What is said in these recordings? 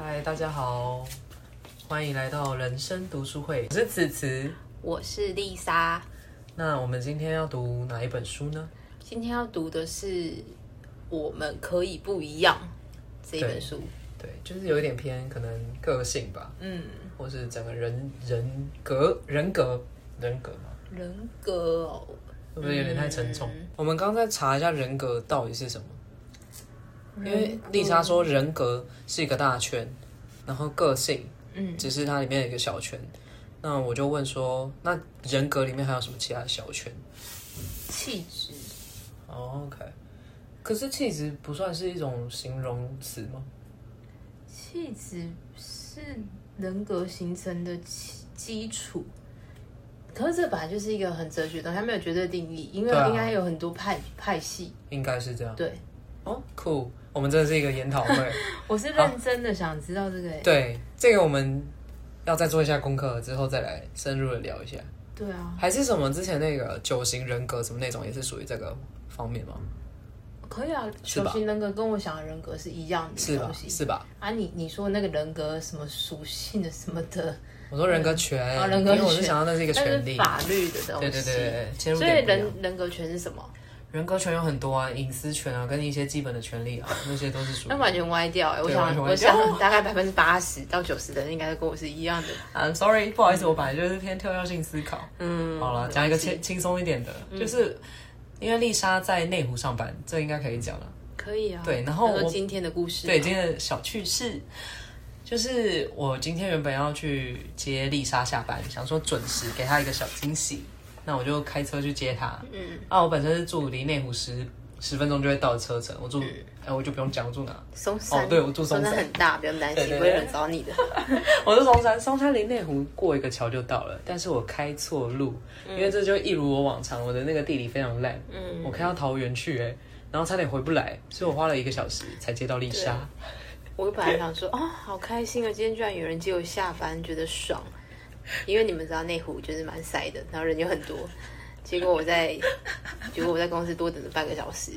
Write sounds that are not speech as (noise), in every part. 嗨，大家好，欢迎来到人生读书会，我是此慈。我是丽莎，那我们今天要读哪一本书呢？今天要读的是《我们可以不一样》这一本书。对，就是有一点偏可能个性吧，嗯，或是整个人人格人格人格嘛，人格哦，会不会有点太沉重？嗯我们刚才查一下人格到底是什么，因为人格丽莎，说人格是一个大圈，然后个性嗯，只是它里面有一个小圈。那我就问说，那人格里面还有什么其他的小圈？气质哦，OK。可是气质不算是一种形容词吗？气质是人格形成的基基础。可是这本来就是一个很哲学的东西，它没有绝对定义，因为对啊应该有很多派派系。应该是这样。对，哦酷，我们真的是一个研讨 (laughs) 会。我是认真的想知道这个、欸。对，这个我们要再做一下功课，之后再来深入的聊一下。对啊，还是什么之前那个九型人格什么那种，也是属于这个方面吗？可以啊，是吧球形人格跟我想的人格是一样的是吧东？西。是吧？啊你，你说那个人格什么属性的什么的，我说人格权，哦人格因为我是权想到那是一个那权是利。法律的东西。对对对对，切入所点以不一样。人人格权是什么？人格权有很多啊，隐私权啊，跟一些基本的权利啊，那些都是属于那。完全歪掉、欸。我对想完，全歪我想掉大概百分之八十到九十的人应该跟我是一样的。 I'm sorry，不好意思，我本来就是偏跳跃性思考。嗯，好了，讲一个没轻关系轻松一点的，就是因为丽莎在内湖上班，这应该可以讲了。可以啊。对然后就我说今天的故事嘛，啊对，今天的小趣事就是我今天原本要去接丽莎下班，想说准时给她一个小惊喜，那我就开车去接她。嗯，啊，我本身是住离内湖十十分钟就会到的车程，我嗯住，哎、我就不用讲我住哪，松山哦对我住松山山很大，不用担心，对对对不会有人找你的。我是松山，松山离内湖过一个桥就到了，但是我开错路，因为这就一如我往常，我的那个地理非常烂，嗯我开到桃园去、哎，然后差点回不来，所以我花了一个小时才接到丽莎，我本来想说，哦，好开心啊！今天居然有人接我下班，觉得爽。因为你们知道内湖就是蛮塞的，然后人又很多。结果我在，结果我在公司多等了半个小时，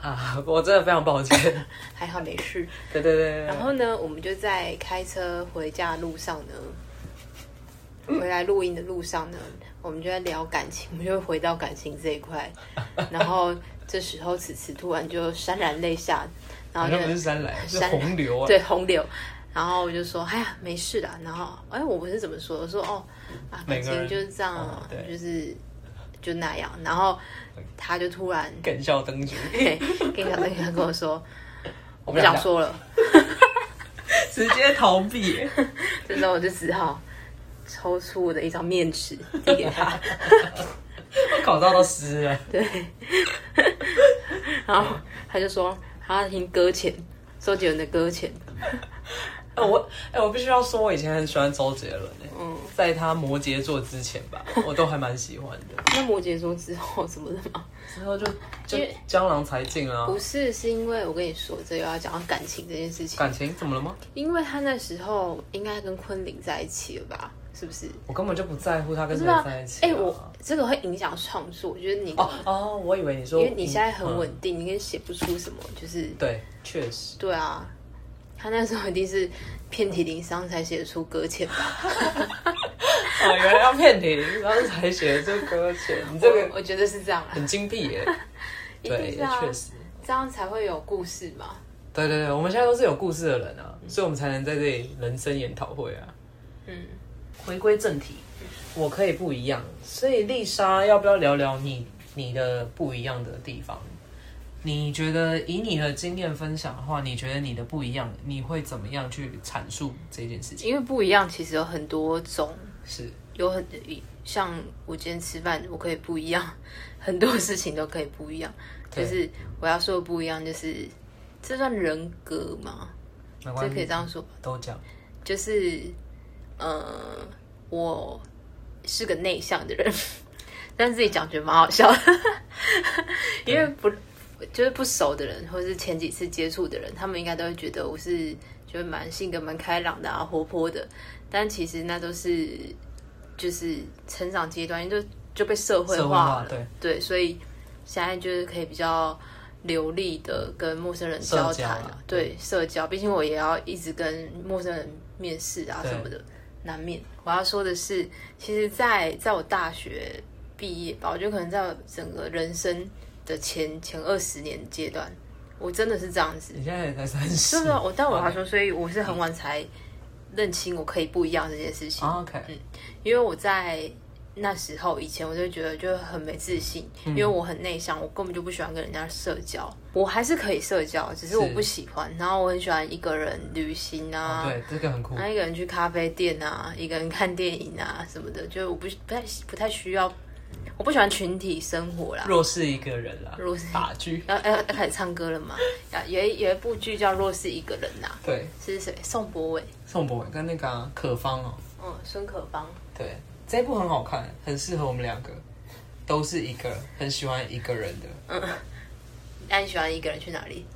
啊，我真的非常抱歉， (laughs) 还好没事。对对对对然后呢，我们就在开车回家的路上呢，回来录音的路上呢，我们就在聊感情，我们就回到感情这一块。然后这时候，此次突然就潸然泪下，然好后就像不是山来，是山来洪流啊，对洪流。然后我就说，哎呀，没事啦。然后，哎，我不是怎么说，我说哦，啊，每感个人情就是这样哦啊，对就是就那样。然后他就突然梗笑灯烛，嘿跟小邓他跟我说， (laughs) 我不我不想想说了。直接逃避、哎这时候我就只好抽出我的一张面纸递给他，我口罩都湿 (laughs) 了，对。然后他就说他要听搁浅，周杰伦的搁浅，哎、我哎、我必须要说，我以前很喜欢周杰伦、哎嗯。在他摩羯座之前吧，我都还蛮喜欢的。那摩羯座之后怎么了吗？之后就就因为江郎才尽啊。不是，是因为我跟你说，这又要讲到感情这件事情。感情怎么了吗？因为他那时候应该跟昆凌在一起了吧？是不是？我根本就不在乎他跟不谁知道。在一起、啊。哎、我这个会影响创作，我觉得你，哦哦，我以为你说，因为你现在很稳嗯定，你也写不出什么，就是对，确实。对啊。他那时候一定是遍体鳞伤才写得出搁浅吧？哦，原来要骗你，然后才写这歌词，你这我个我觉得是这样啊，很精辟耶。 (laughs) 一定对，是啊，确实。这样才会有故事嘛。对对对，我们现在都是有故事的人啊，所以我们才能在这里人生研讨会啊。嗯，回归正题，我可以不一样。所以丽莎，要不要聊聊你你的不一样的地方？你觉得以你的经验分享的话，你觉得你的不一样，你会怎么样去阐述这件事情？因为不一样，其实有很多种，是有很像我今天吃饭，我可以不一样，很多事情都可以不一样。对就是我要说的不一样，就是这算人格吗？没这关可以系这，样说吧，都讲。就是呃，我是个内向的人， (laughs) 但自己讲觉得蛮好笑的， (laughs) 因为不就是不熟的人，或是前几次接触的人，他们应该都会觉得我是就是蛮性格蛮开朗的啊，活泼的，但其实那都是就是成长阶段就就被社会社会化化了，对对，所以现在就是可以比较流利的跟陌生人交社交谈啊对社交，毕竟我也要一直跟陌生人面试啊对什么的，难免。我要说的是，其实在，在我大学毕业吧，我觉得可能在我整个人生的前前二十年阶段，我真的是这样子，你现在也才三十，是不是？我但我还说，所以我是很晚才认清我可以不一样这件事情。哦 OK，因为我在那时候以前，我就觉得就很没自信，嗯因为我很内向，我根本就不喜欢跟人家社交。我还是可以社交，只是我不喜欢。然后我很喜欢一个人旅行啊，哦对，这个很酷然，后一个人去咖啡店啊，一个人看电影啊什么的，就是我不不太不太需要，我不喜欢群体生活啦。弱势一个人啦，弱势打狙，要要要开始唱歌了嘛？啊有一有一部剧叫《弱势一个人》呐、对，是谁？宋博伟，宋博文跟那个啊可芳哦，嗯，孙可芳。对，这一部很好看，很适合我们两个，都是一个很喜欢一个人的，嗯那你喜欢一个人去哪里？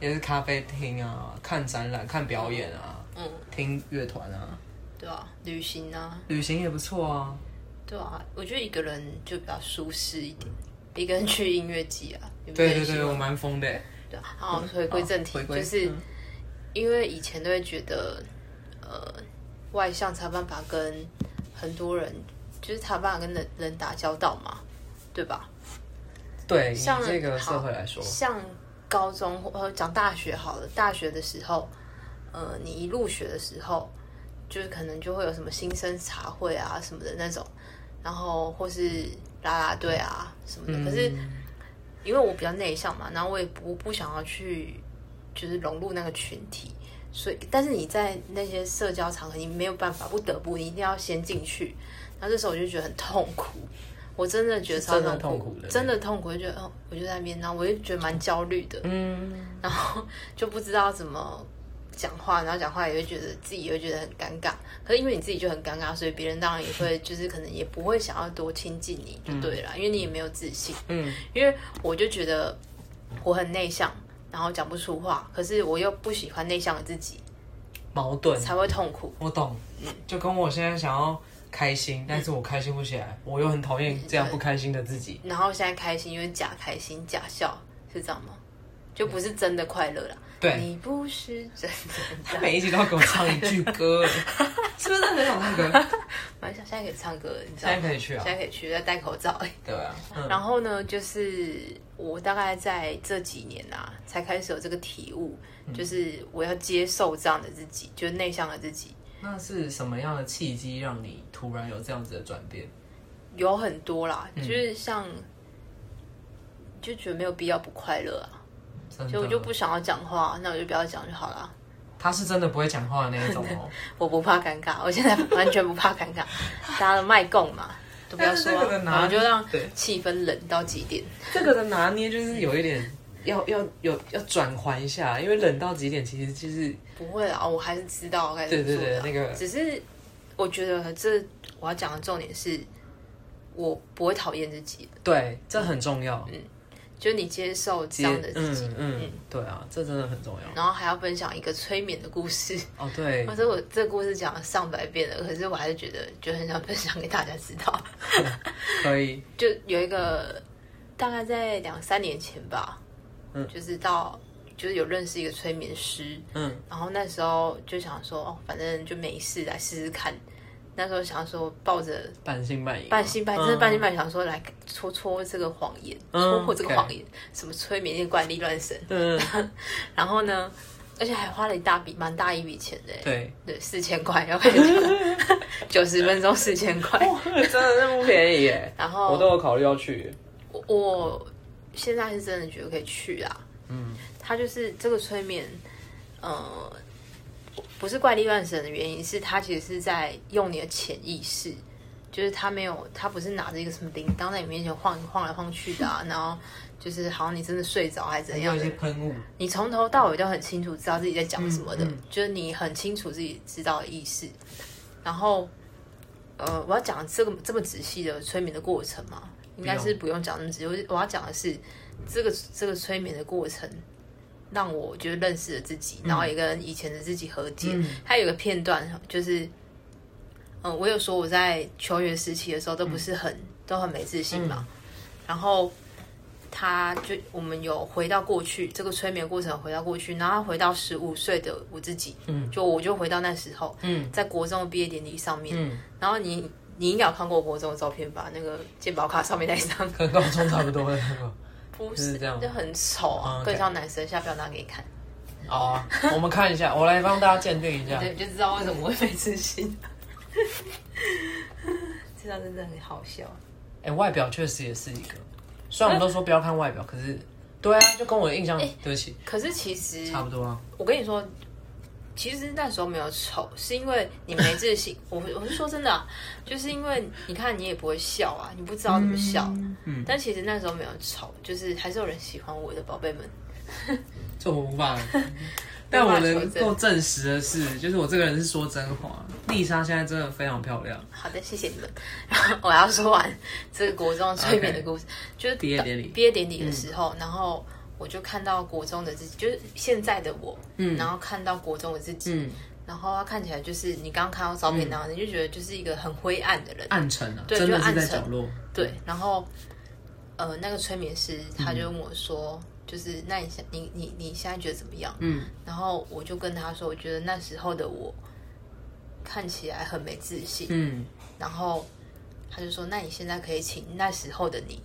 也是咖啡厅啊，看展览、看表演啊，嗯，听乐团啊，对啊，旅行啊，旅行也不错啊。对啊，我觉得一个人就比较舒适一点，一个人去音乐季啊，有没有对对人喜对，欢我蛮疯的欸。对啊。好，回归正题好回，归就是嗯因为以前都会觉得，呃，外向才有办法跟很多人，就是才有办法跟人人打交道嘛，对吧？对，以像这个好社会来说，像高中或呃讲大学好了，大学的时候，呃，你一入学的时候，就是可能就会有什么新生茶会啊什么的那种，然后或是啦啦队啊什么的。可是嗯因为我比较内向嘛，然后我也不不想要去就是融入那个群体，所以但是你在那些社交场合，你没有办法，不得不你一定要先进去，然后这时候我就觉得很痛苦。我真的觉得超是真的痛痛苦的真的痛苦，就觉得哦，我就在那边，然后我就觉得蛮焦虑的，嗯，然后就不知道怎么讲话，然后讲话也会觉得自己也会觉得很尴尬。可是因为你自己就很尴尬，所以别人当然也会就是可能也不会想要多亲近你，就对了，因为你也没有自信。嗯，因为我就觉得我很内向，然后讲不出话，可是我又不喜欢内向的自己，矛盾，才会痛苦。我懂，就跟我现在想要开心，但是我开心不起来，我又很讨厌这样不开心的自己。然后现在开心，因为假开心、假笑，是这样吗？就不是真的快乐啦。对你不是真他的。每一集都要给我唱一句歌， (laughs) 是不是很想唱歌？蛮想现在可以唱歌，你知道吗？现在可以去啊现，在可以去，要戴口罩。对啊，嗯然后呢，就是我大概在这几年啊，才开始有这个体悟，就是我要接受这样的自己，就是内向的自己。那是什么样的契机让你突然有这样子的转变？有很多啦，嗯就是像就觉得没有必要不快乐啊，真所以我就的，不想要讲话，那我就不要讲就好啦。他是真的不会讲话的那一种 (laughs) 哦。我不怕尴尬，我现在完全不怕尴 (laughs) 尬，大家都卖供嘛，都不要说、但是这个的拿啊，我就让对气氛冷到极点。这个的拿捏就是有一点要要有要转换一下，因为冷到极点，其实就是不会啦，我还是知道该怎么做的啊。对对对那个只是我觉得这我要讲的重点是，我不会讨厌自己，对，这很重要。就你接受这样的自己。嗯嗯，对啊，这真的很重要。然后还要分享一个催眠的故事，哦，对可，是我这故事讲了上百遍了，可是我还是觉得就很想分享给大家知道。 (laughs) 可以，就有一个大概在两三年前吧，嗯就是到就是有认识一个催眠师，嗯然后那时候就想说，哦，反正就没事，来试试看。那时候想说，抱着半信半疑，半信半疑，真的嗯半信半疑，想说来戳戳这个谎言，嗯戳破这个 OK 谎言，什么催眠、念怪力乱神。嗯，然后呢，而且还花了一大笔，蛮大一笔钱的，欸对， (laughs) 对，四千块要开始， (laughs) 九十分钟四千块。真的是不便宜耶。然我后都有考虑要去，我我现在是真的觉得可以去啦。嗯，他就是这个催眠，呃，不是怪力乱神的原因，是他其实是在用你的潜意识，就是他没有，他不是拿着一个什么铃铛在你面前晃晃来晃去的、啊，然后就是好像你真的睡着还是怎有样一的些喷雾，你从头到尾都很清楚知道自己在讲什么的，嗯嗯就是你很清楚自己知道的意识。然后，呃，我要讲这个这么仔细的催眠的过程嘛，应该是不用讲那么仔细。我是我要讲的是这个这个催眠的过程，让我就是认识了自己，然后也跟以前的自己和解。嗯还有一个片段就是，嗯、我有说我嗯在求学时期的时候都不是很、都很没自信嘛，然后。他就我们有回到过去，这个催眠过程回到过去，然后回到十五岁的我自己，嗯，就我就回到那时候，嗯，在国中的毕业典礼上面，嗯，然后你你应该有看过我国中的照片吧？那个健保卡上面那一张，跟高中差不多 (laughs) 的。不是这样吗就很丑啊嗯，更 OK 像男生，下不要拿给你看，好啊，我们看一下，我来帮大家鉴定一下。对，就知道为什么会被自信。 (laughs) 这张真的很好笑，哎、外表确实也是一个，虽然我们都说不要看外表，可是对啊，就跟我的印象，哎对不起，可是其实差不多啊。我跟你说，其实那时候没有丑，是因为你没自信。我我是说真的啊、就是因为你看你也不会笑啊，你不知道怎么笑。嗯，但其实那时候没有丑，就是还是有人喜欢我的宝贝们。这我无 (laughs) 法。但我无法能求证够证实的是，就是我这个人是说真话。丽莎现在真的非常漂亮，好的，谢谢你们。然后我要说完这个国中催眠的故事就是毕业典礼毕业典礼嗯的时候，然后我就看到国中的自己，就是现在的我，嗯然后看到国中的自己，嗯，然后他看起来就是你刚刚看到照片，然后你就觉得就是一个很灰暗的人，暗沉啊，对真的是就在暗沉角落。对，然后呃，那个催眠师他就问我说，就是那你现你你你现在觉得怎么样？嗯，然后我就跟他说，我觉得那时候的我看起来很没自信。嗯，然后他就说，那你现在可以请那时候的你，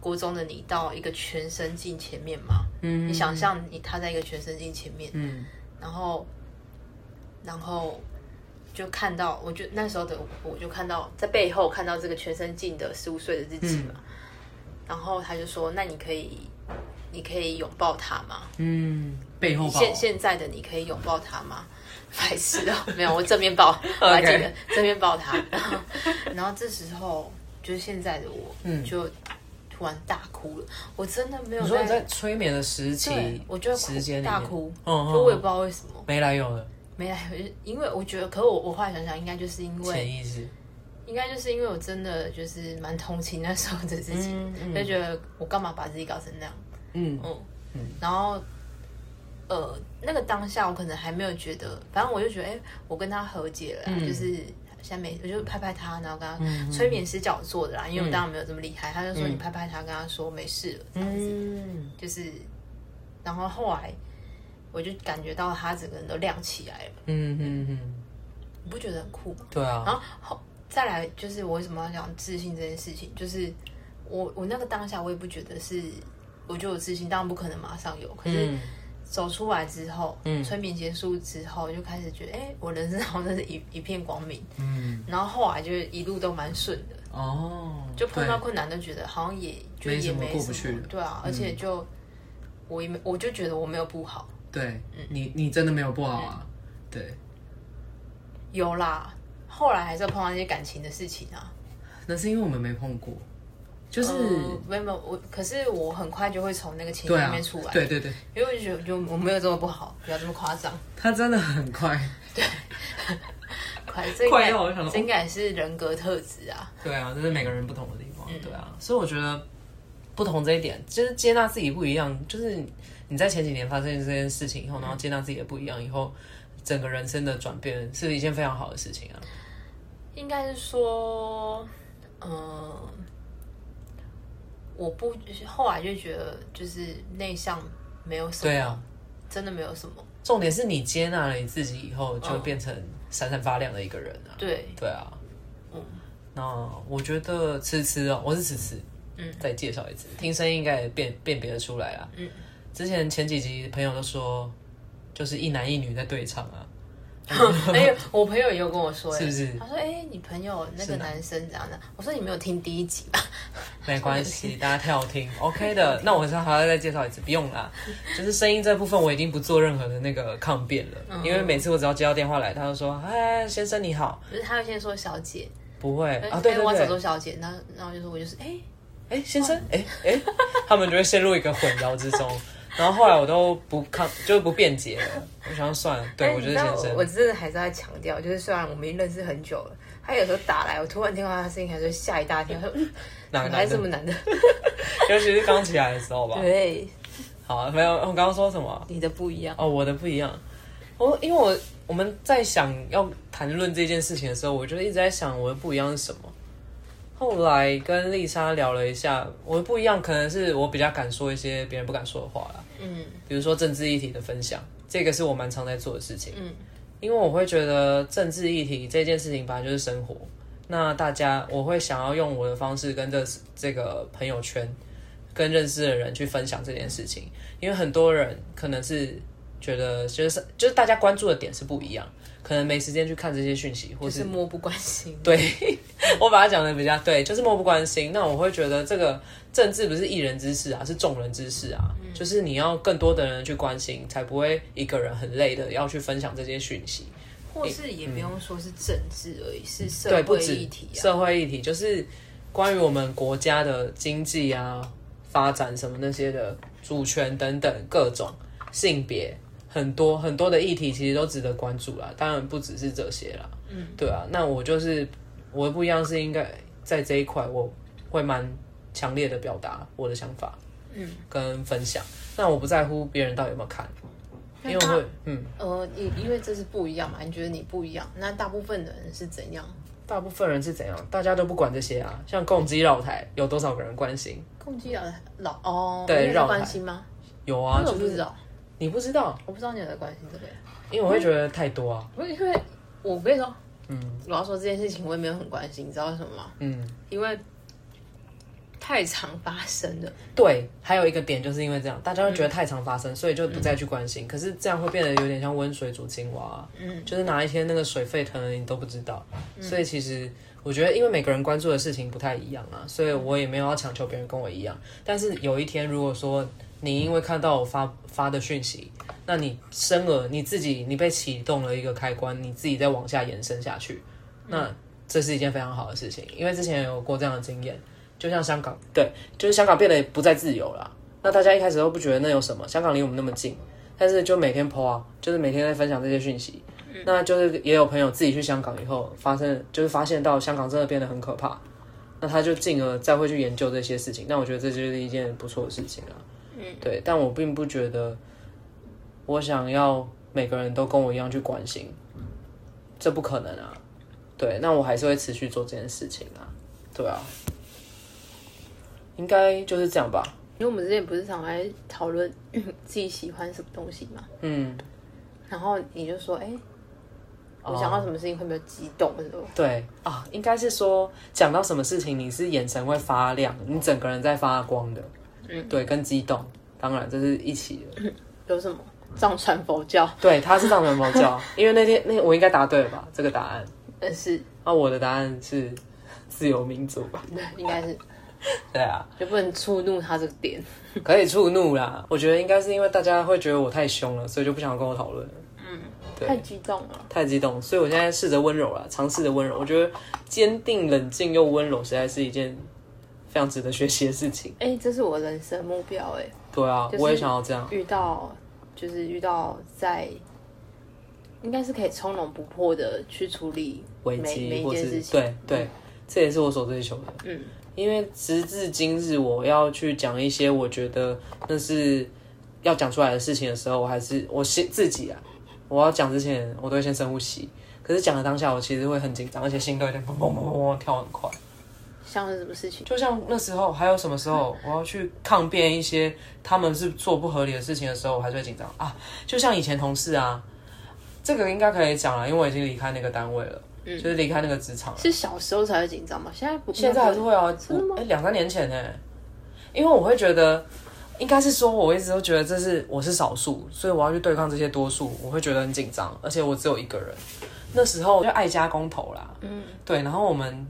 国中的你到一个全身镜前面吗？嗯你想象你他在一个全身镜前面，嗯然后然后就看到，我就那时候的我我就看到在背后看到这个全身镜的十五岁的自己嗯嘛，然后他就说：“那你可以，你可以拥抱他吗？嗯，背后抱现现在的你可以拥抱他吗？” (laughs) 白痴哦，没有，我正 (laughs) 面抱，我还记得 OK 正面 (laughs) 抱他。然后，然后这时候就是现在的我，嗯就突然大哭了。我真的没有你说你在催眠的时期对，我就时间里面哭大哭，嗯嗯就我嗯也不知道为什么。没来由的没来， (laughs) 因为我觉得，可是我我后来想想，应该就是因潜为，意识，应该就是因为我真的就是蛮同情那时候的自己，嗯嗯就觉得我干嘛把自己搞成那样，嗯嗯，然后，呃，那个当下我可能还没有觉得，反正我就觉得，哎、我跟他和解了啦，嗯就是下面我就拍拍他，然后跟他、嗯嗯催眠师叫我做的啦，因为嗯我当然没有这么厉害，他就说嗯你拍拍他，跟他说没事了，这样子，嗯，就是，然后后来我就感觉到他整个人都亮起来了，嗯嗯嗯，你不觉得很酷吗？对啊，然后后再来就是我为什么要讲自信这件事情，就是我我那个当下我也不觉得是，我觉得我自信，当然不可能马上有，可是嗯走出来之后，嗯催眠结束之后就开始觉得，哎、我人生好像是一一片光明，嗯，然后后来就一路都蛮顺的，哦，就碰到对困难都觉得好像也就没也什么没过不去的嗯对啊，而且就、我也没我就觉得我没有不好，对嗯你，你真的没有不好啊，对，有啦，后来还是有碰到一些感情的事情啊，那是因为我们没碰过，就是呃没有没有我，可是我很快就会从那个情绪对里啊面出来，，对对对，因为我就觉得就我没有这么不好，不要这么夸张，他真的很快，快这应快该要我想说这应该也是人格特质啊，对啊，这是每个人不同的地嗯方，对啊，所以我觉得不同这一点，就是接纳自己不一样，就是你在前几年发生这件事情以后，然后接纳自己的不一样以后，整个人生的转变是一件非常好的事情啊，应该是说，嗯、我不后来就觉得就是内向没有什么，对啊，真的没有什么，重点是你接纳了你自己以后，就变成闪闪发亮的一个人啊，对， (laughs) 对啊，嗯那我觉得吃吃哦，我是吃吃，嗯，再介绍一次，听声音应该也辨辨别得出来啦。嗯，之前前几集朋友都说，就是一男一女在对唱 (laughs) 啊，哎、有我朋友也有跟我说、哎是不是他说，哎、你朋友那个男生怎样的？我说你没有听第一集吧？ (laughs) 没关系，大家跳听，OK 的。那我是还要再介绍一次，不用 (laughs) 啦。就是声音这部分，我已经不做任何的那个抗辩了，嗯因为每次我只要接到电话来，他就说：“嗨，先生你好。不是，他会先说小姐，”不会哎啊，对哎我要对想说对，小姐，那那我就说我就是哎、哎、先生，哎、哎、他们就会陷入一个混淆之 (laughs) 中。然后后来我都不抗，就是不辩解了。我想说算了，对哎我就是你知道先生。我我真的还是要强调，就是虽然我们已经认识很久了，他有时候打来，我突然听到他的声音，还是会吓一大跳，说嗯哪个怎么还男这的么？难的？尤其是刚起来的 (laughs) 时候吧。对，好啊，没有，我刚刚说什么啊？你的不一样。哦，我的不一样。我因为我我们在想要谈论这件事情的时候，我就一直在想我的不一样是什么。后来跟丽莎聊了一下，我的不一样可能是我比较敢说一些别人不敢说的话啦，嗯比如说政治议题的分享，这个是我蛮常在做的事情。嗯因为我会觉得政治议题这件事情本来就是生活，那大家我会想要用我的方式跟这这个朋友圈跟认识的人去分享这件事情，因为很多人可能是觉得就是就是大家关注的点是不一样，可能没时间去看这些讯息，或就是是漠不关心。对 (laughs) 我把它讲的比较对，就是漠不关心。那我会觉得这个政治不是一人之事啊，是众人之事啊，就是你要更多的人去关心，才不会一个人很累的要去分享这些讯息。或是也不用说是政治而已，是社嗯对，不会止议题啊。社会议题，就是关于我们国家的经济啊、发展什么那些的主权等等各种性别，很多很多的议题其实都值得关注啦。当然不只是这些啦，嗯，对啊。那我就是我的不一样是应该在这一块我会蛮强烈的表达我的想法，嗯，跟分享。那我不在乎别人到底有没有看，因为我会嗯。呃，因因为这是不一样嘛，你觉得你不一样，那大部分的人是怎样？大部分人是怎样？大家都不管这些啊，像共机绕台有多少个人关心？共济老老哦，对你有在绕关台心吗？有啊，因为我就不是知道，你不知道，我不知道你有在关心这个耶。因为我会觉得太多啊。不是因为我跟你说，嗯我要说这件事情我也没有很关心，你知道为什么吗？嗯，因为太常发生了。对。还有一个点就是因为这样，大家会觉得太常发生，所以就不再去关心。可是这样会变得有点像温水煮青蛙、啊，嗯就是哪一天那个水沸腾了，你都不知道。所以其实我觉得，因为每个人关注的事情不太一样啊，所以我也没有要强求别人跟我一样。但是有一天，如果说你因为看到我发发的讯息，那你生而你自己你被启动了一个开关，你自己再往下延伸下去，那这是一件非常好的事情，因为之前有过这样的经验，就像香港，对，就是香港变得不再自由了。那大家一开始都不觉得那有什么，香港离我们那么近，但是就每天 PO 啊，就是每天在分享这些讯息。那就是也有朋友自己去香港以后，发生就是发现到香港真的变得很可怕，那他就进而再会去研究这些事情。那我觉得这就是一件不错的事情啊。嗯，对，但我并不觉得我想要每个人都跟我一样去关心，这不可能啊。对，那我还是会持续做这件事情啊。对啊，应该就是这样吧。因为我们之前不是常来讨论 (clears throat) 自己喜欢什么东西嘛，嗯，然后你就说，哎、我哦想到什么事情会比较激动的时候，对啊，应该是说讲到什么事情，你是眼神会发亮，你整个人在发光的，嗯，对，跟激动，当然这是一起的。有什么藏传佛教， (laughs) 对，他是藏传佛教， (laughs) 因为那天那我应该答对了吧？这个答案但是 (laughs) 啊，我的答案是自由民主吧？对应该是 (laughs) 对啊，就不能触怒他这个点。可以触怒啦。我觉得应该是因为大家会觉得我太凶了，所以就不想跟我讨论了。对太激动了，太激动，所以我现在试着温柔了，尝试着温柔。我觉得坚定、冷静又温柔，实在是一件非常值得学习的事情。哎、这是我人生目标哎、对啊，就是我也想要这样。遇到就是遇到在，应该是可以从容不迫的去处理每危每机，一或件是事情。对对，这也是我所追求的。嗯，因为直至今日，我要去讲一些我觉得那是要讲出来的事情的时候，我还是我先自己啊，我要讲之前，我都会先深呼吸。可是讲的当下，我其实会很紧张，而且心都有点砰砰砰砰砰跳很快。像是什么事情？就像那时候，还有什么时候我要去抗辩一些他们是做不合理的事情的时候，我还是会紧张啊。就像以前同事啊，这个应该可以讲了，因为我已经离开那个单位了，就是离开那个职场了。是小时候才会紧张吗？现在不，现在还是会啊，真的吗我哎，两、三年前呢、因为我会觉得，应该是说我一直都觉得这是我是少数，所以我要去对抗这些多数，我会觉得很紧张，而且我只有一个人。那时候就爱家公投啦，嗯，对，然后我们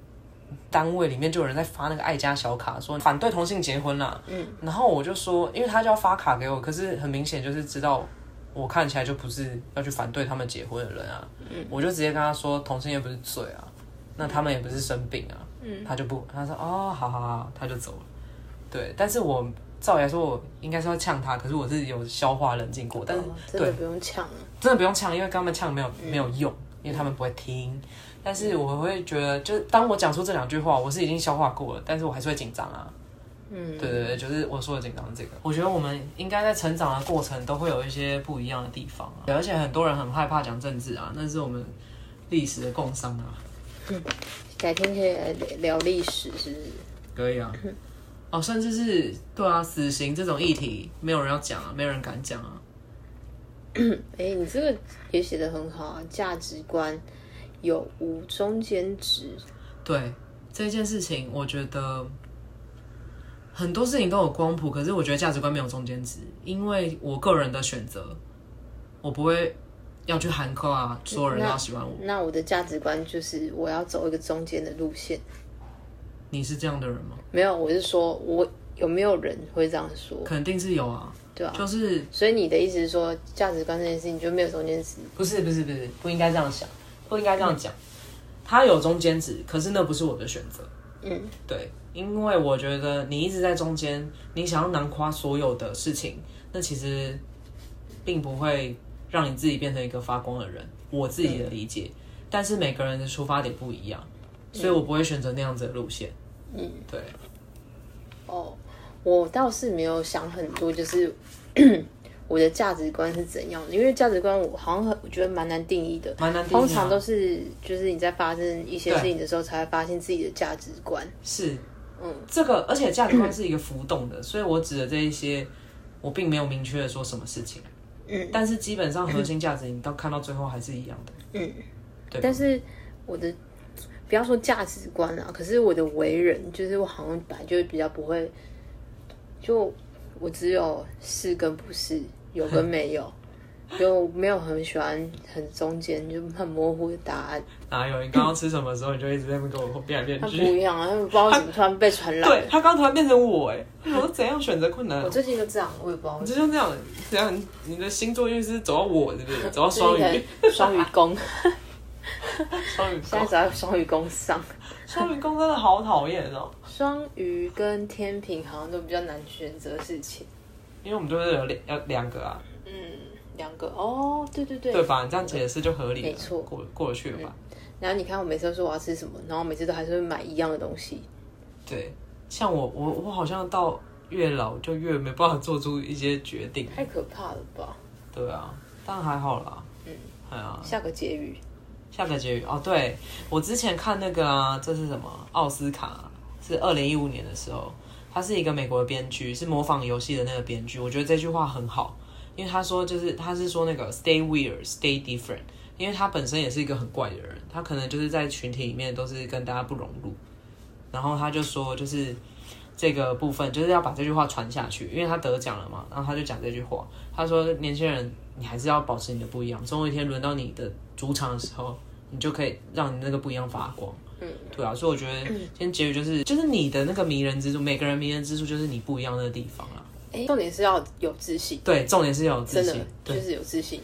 单位里面就有人在发那个爱家小卡，说反对同性结婚啦，嗯，然后我就说，因为他就要发卡给我，可是很明显就是知道。我看起来就不是要去反对他们结婚的人啊，我就直接跟他说，同性恋不是罪啊，那他们也不是生病啊，他就不，他说哦，好好好，他就走了。对，但是我照理来说，我应该是要呛他，可是我是有消化冷静过，但是哦真对的，不用呛了。真的不用呛，因为跟他们呛没有没有用，因为他们不会听。但是我会觉得，就是当我讲出这两句话，我是已经消化过了，但是我还是会紧张啊。嗯，对对对，就是我说的紧张这个。我觉得我们应该在成长的过程都会有一些不一样的地方啊，而且很多人很害怕讲政治啊，那是我们历史的共伤啊。改天可以来聊历史，是不是？可以啊。哦，甚至是对啊，死刑这种议题，没有人要讲啊，没有人敢讲啊。哎、你这个也写的很好啊，价值观有无中间值，对这件事情，我觉得很多事情都有光谱，可是我觉得价值观没有中间值，因为我个人的选择，我不会要去涵盖啊，所有人都要喜欢我。那我的价值观就是我要走一个中间的路线。你是这样的人吗？没有，我是说我有没有人会这样说？肯定是有啊，对啊，就是所以你的意思是说价值观这件事情就没有中间值？不是不是不是不应该这样想，不应该这样讲。他有中间值，可是那不是我的选择。嗯，对，因为我觉得你一直在中间，你想要囊括所有的事情，那其实并不会让你自己变成一个发光的人。我自己的理解，嗯但是每个人的出发点不一样，所以我不会选择那样子的路线。嗯，对，哦，我倒是没有想很多，就是 (clears throat) 我的价值观是怎样的，因为价值观我好像很我觉得蛮难定义的。蛮难定义啊通常都是就是你在发生一些事情的时候，才会发现自己的价值观。是，嗯，这个，而且价值观是一个浮动的，所以我指的这一些，我并没有明确的说什么事情。嗯，但是基本上核心价值，你到看到最后还是一样 (laughs) 的。嗯，对吧但是我的不要说价值观啦，可是我的为人，就是我好像本来就比较不会，就我只有是跟不是，有跟 (laughs) 没有，就没有很喜欢很中间就很模糊的答案。哪有？你刚刚吃什么的时候，你就一直在那边跟我变来变他不去。一样 (laughs) 啊，他们不知道怎么突然被传染对了。他刚突然变成我哎，我怎样选择困难嗯我？最近就这样，我也不知道为你什就么。像那样，这样你的星座运势走到我这边，走到双最鱼近，可能双鱼 (laughs) 宫，双鱼现在宫只，在双鱼宫上。双鱼宫真的好讨厌哦，双鱼跟天平好像都比较难选择事情。因为我们就是有两要两个啊，嗯，两个哦，对对对，对吧？你这样解释就合理了，没错嗯过过得去了吧？然后你看，我每次都说我要吃什么，然后每次都还是会买一样的东西。对，像我我我好像到越老就越没办法做出一些决定，太可怕了吧！对啊，但还好啦，嗯，哎呀，下个结语，下个结语哦，对我之前看那个啊，这是什么奥斯卡？是二零一五年的时候，他是一个美国的编剧，是模仿游戏的那个编剧。我觉得这句话很好，因为他说就是他是说那个 stay weird, stay different，因为他本身也是一个很怪的人，他可能就是在群体里面都是跟大家不融入，然后他就说就是这个部分就是要把这句话传下去，因为他得奖了嘛，然后他就讲这句话，他说年轻人你还是要保持你的不一样，总有一天轮到你的主场的时候，你就可以让你那个不一样发光。嗯，对啊，所以我觉得今天结语就是就是你的那个迷人之处，每个人迷人之处就是你不一样的地方啊。哎，重点是要有自信，对，重点是要有自真的信，就对是有自信，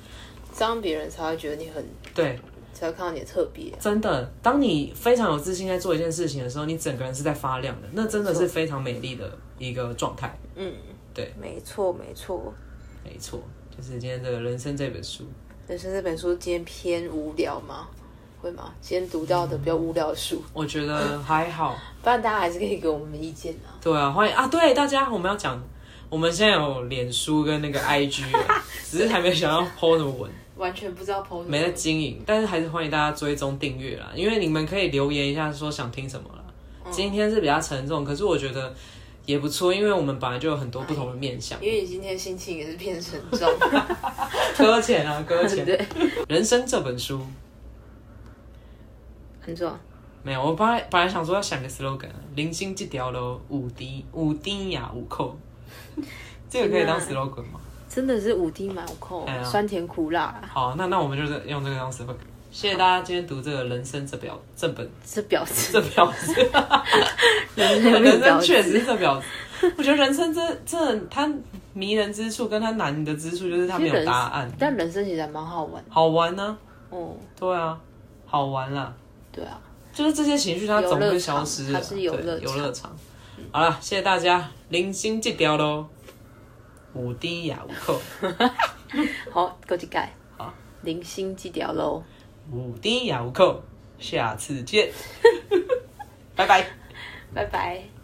这样别人才会觉得你很，对，才会看到你的特别。真的，当你非常有自信在做一件事情的时候，你整个人是在发亮的，那真的是非常美丽的一个状态。嗯，对，没错没错。没错，就是今天这个人生这本书。人生这本书今天偏无聊吗？会吗？今天读到的比较无聊的书，我觉 (coughs) 得还好，不然大家还是可以给我们意见啊。对啊，欢迎啊！对大家，我们要讲，我们现在有脸书跟那个 IG，了 (laughs) 只是还没想要 PO 什么文，完全不知道 PO 什么没在经营，但是还是欢迎大家追踪订阅啦，因为你们可以留言一下说想听什么啦。嗯今天是比较沉重，可是我觉得也不错，因为我们本来就有很多不同的面向，因为你今天心情也是偏沉 (laughs) 重，搁浅 (laughs) 啊，搁浅。对，人生这本书很重。没有，我本来本来想说要想个 slogan，零啊星这条咯，五滴五滴呀五扣， (laughs) 这个可以当 slogan 吗？真啊的是五滴满扣哎呀，酸甜苦辣，好，那那我们就是用这个当 slogan。谢谢大家今天读这个人生这表这本这表 (laughs) 示这婊子， (laughs) 人生人的生表确示实是这婊子。我觉得人生这这它迷人之处跟它难的之处就是它没有答案，但人生其实还蛮好玩。好玩呢、哦，对啊，好玩啦，对啊，就是这些情绪它总会消失的，游乐场它是游乐场对游乐场。好了，谢谢大家，零星这条喽，五滴呀五扣，好，够去改。好，零星记掉喽，五 (laughs) 滴呀五扣，下次见，拜拜。拜拜。